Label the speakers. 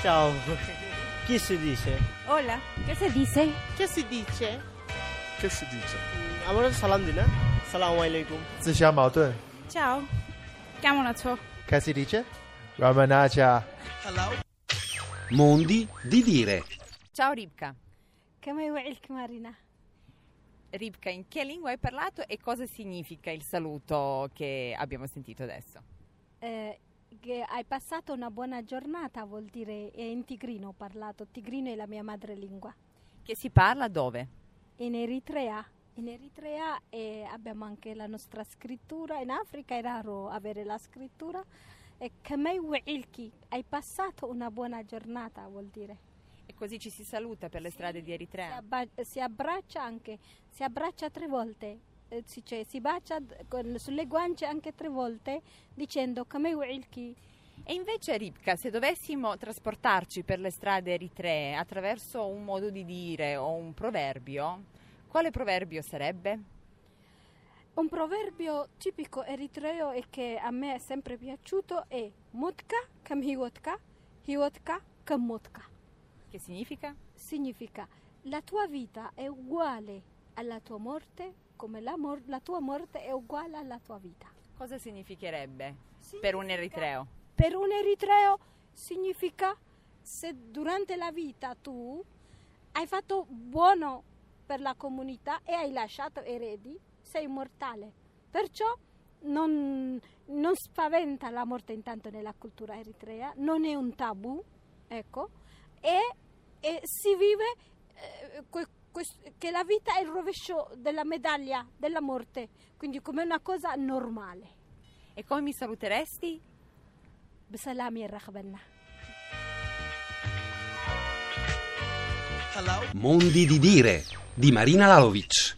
Speaker 1: Ciao. Chi si dice?
Speaker 2: Hola, ¿qué se dice?
Speaker 3: Che si dice?
Speaker 4: Che si dice?
Speaker 1: আমরা তো সালাম দিই না সালাম আলাইকুম
Speaker 5: 自相矛盾。
Speaker 2: Ciao. Chiamo la ciò.
Speaker 5: Che si dice? Ramanaja.
Speaker 6: Mondi di dire.
Speaker 7: Ciao Ribka.
Speaker 2: Come vuoi il camarina?
Speaker 7: Ribka, in che lingua hai parlato e cosa significa il saluto che abbiamo sentito adesso?
Speaker 8: Eh, che hai passato una buona giornata vuol dire e in tigrino ho parlato, tigrino è la mia madrelingua.
Speaker 7: Che si parla dove?
Speaker 8: In Eritrea, in Eritrea eh, abbiamo anche la nostra scrittura, in Africa è raro avere la scrittura. E kamei wa'ilki, hai passato una buona giornata vuol dire.
Speaker 7: E così ci si saluta per le strade di
Speaker 8: Si,
Speaker 7: Eritrea.
Speaker 8: abba- si abbraccia anche, si abbraccia tre volte, eh, si, cioè, si bacia d- con- sulle guance anche tre volte dicendo kamei wa'ilki.
Speaker 7: E invece Ribka, se dovessimo trasportarci per le strade eritree attraverso un modo di dire o un proverbio, quale proverbio sarebbe?
Speaker 8: Un proverbio tipico eritreo e che a me è sempre piaciuto è motka kam hiwotka, hiwotka kam motka.
Speaker 7: Che significa?
Speaker 8: Significa la tua vita è uguale alla tua morte come la, mor- la tua morte è uguale alla tua vita.
Speaker 7: Cosa significherebbe per un eritreo?
Speaker 8: Per un eritreo significa se durante la vita tu hai fatto buono per la comunità e hai lasciato eredi, sei immortale. Perciò non, non spaventa la morte intanto nella cultura eritrea, non è un tabù, ecco, e, e si vive eh, que- quest- che la vita è il rovescio della medaglia della morte, quindi come una cosa normale.
Speaker 7: E come mi saluteresti?
Speaker 8: Bisalami e raghbanna.
Speaker 6: Mondi di dire di Marina Lalovic.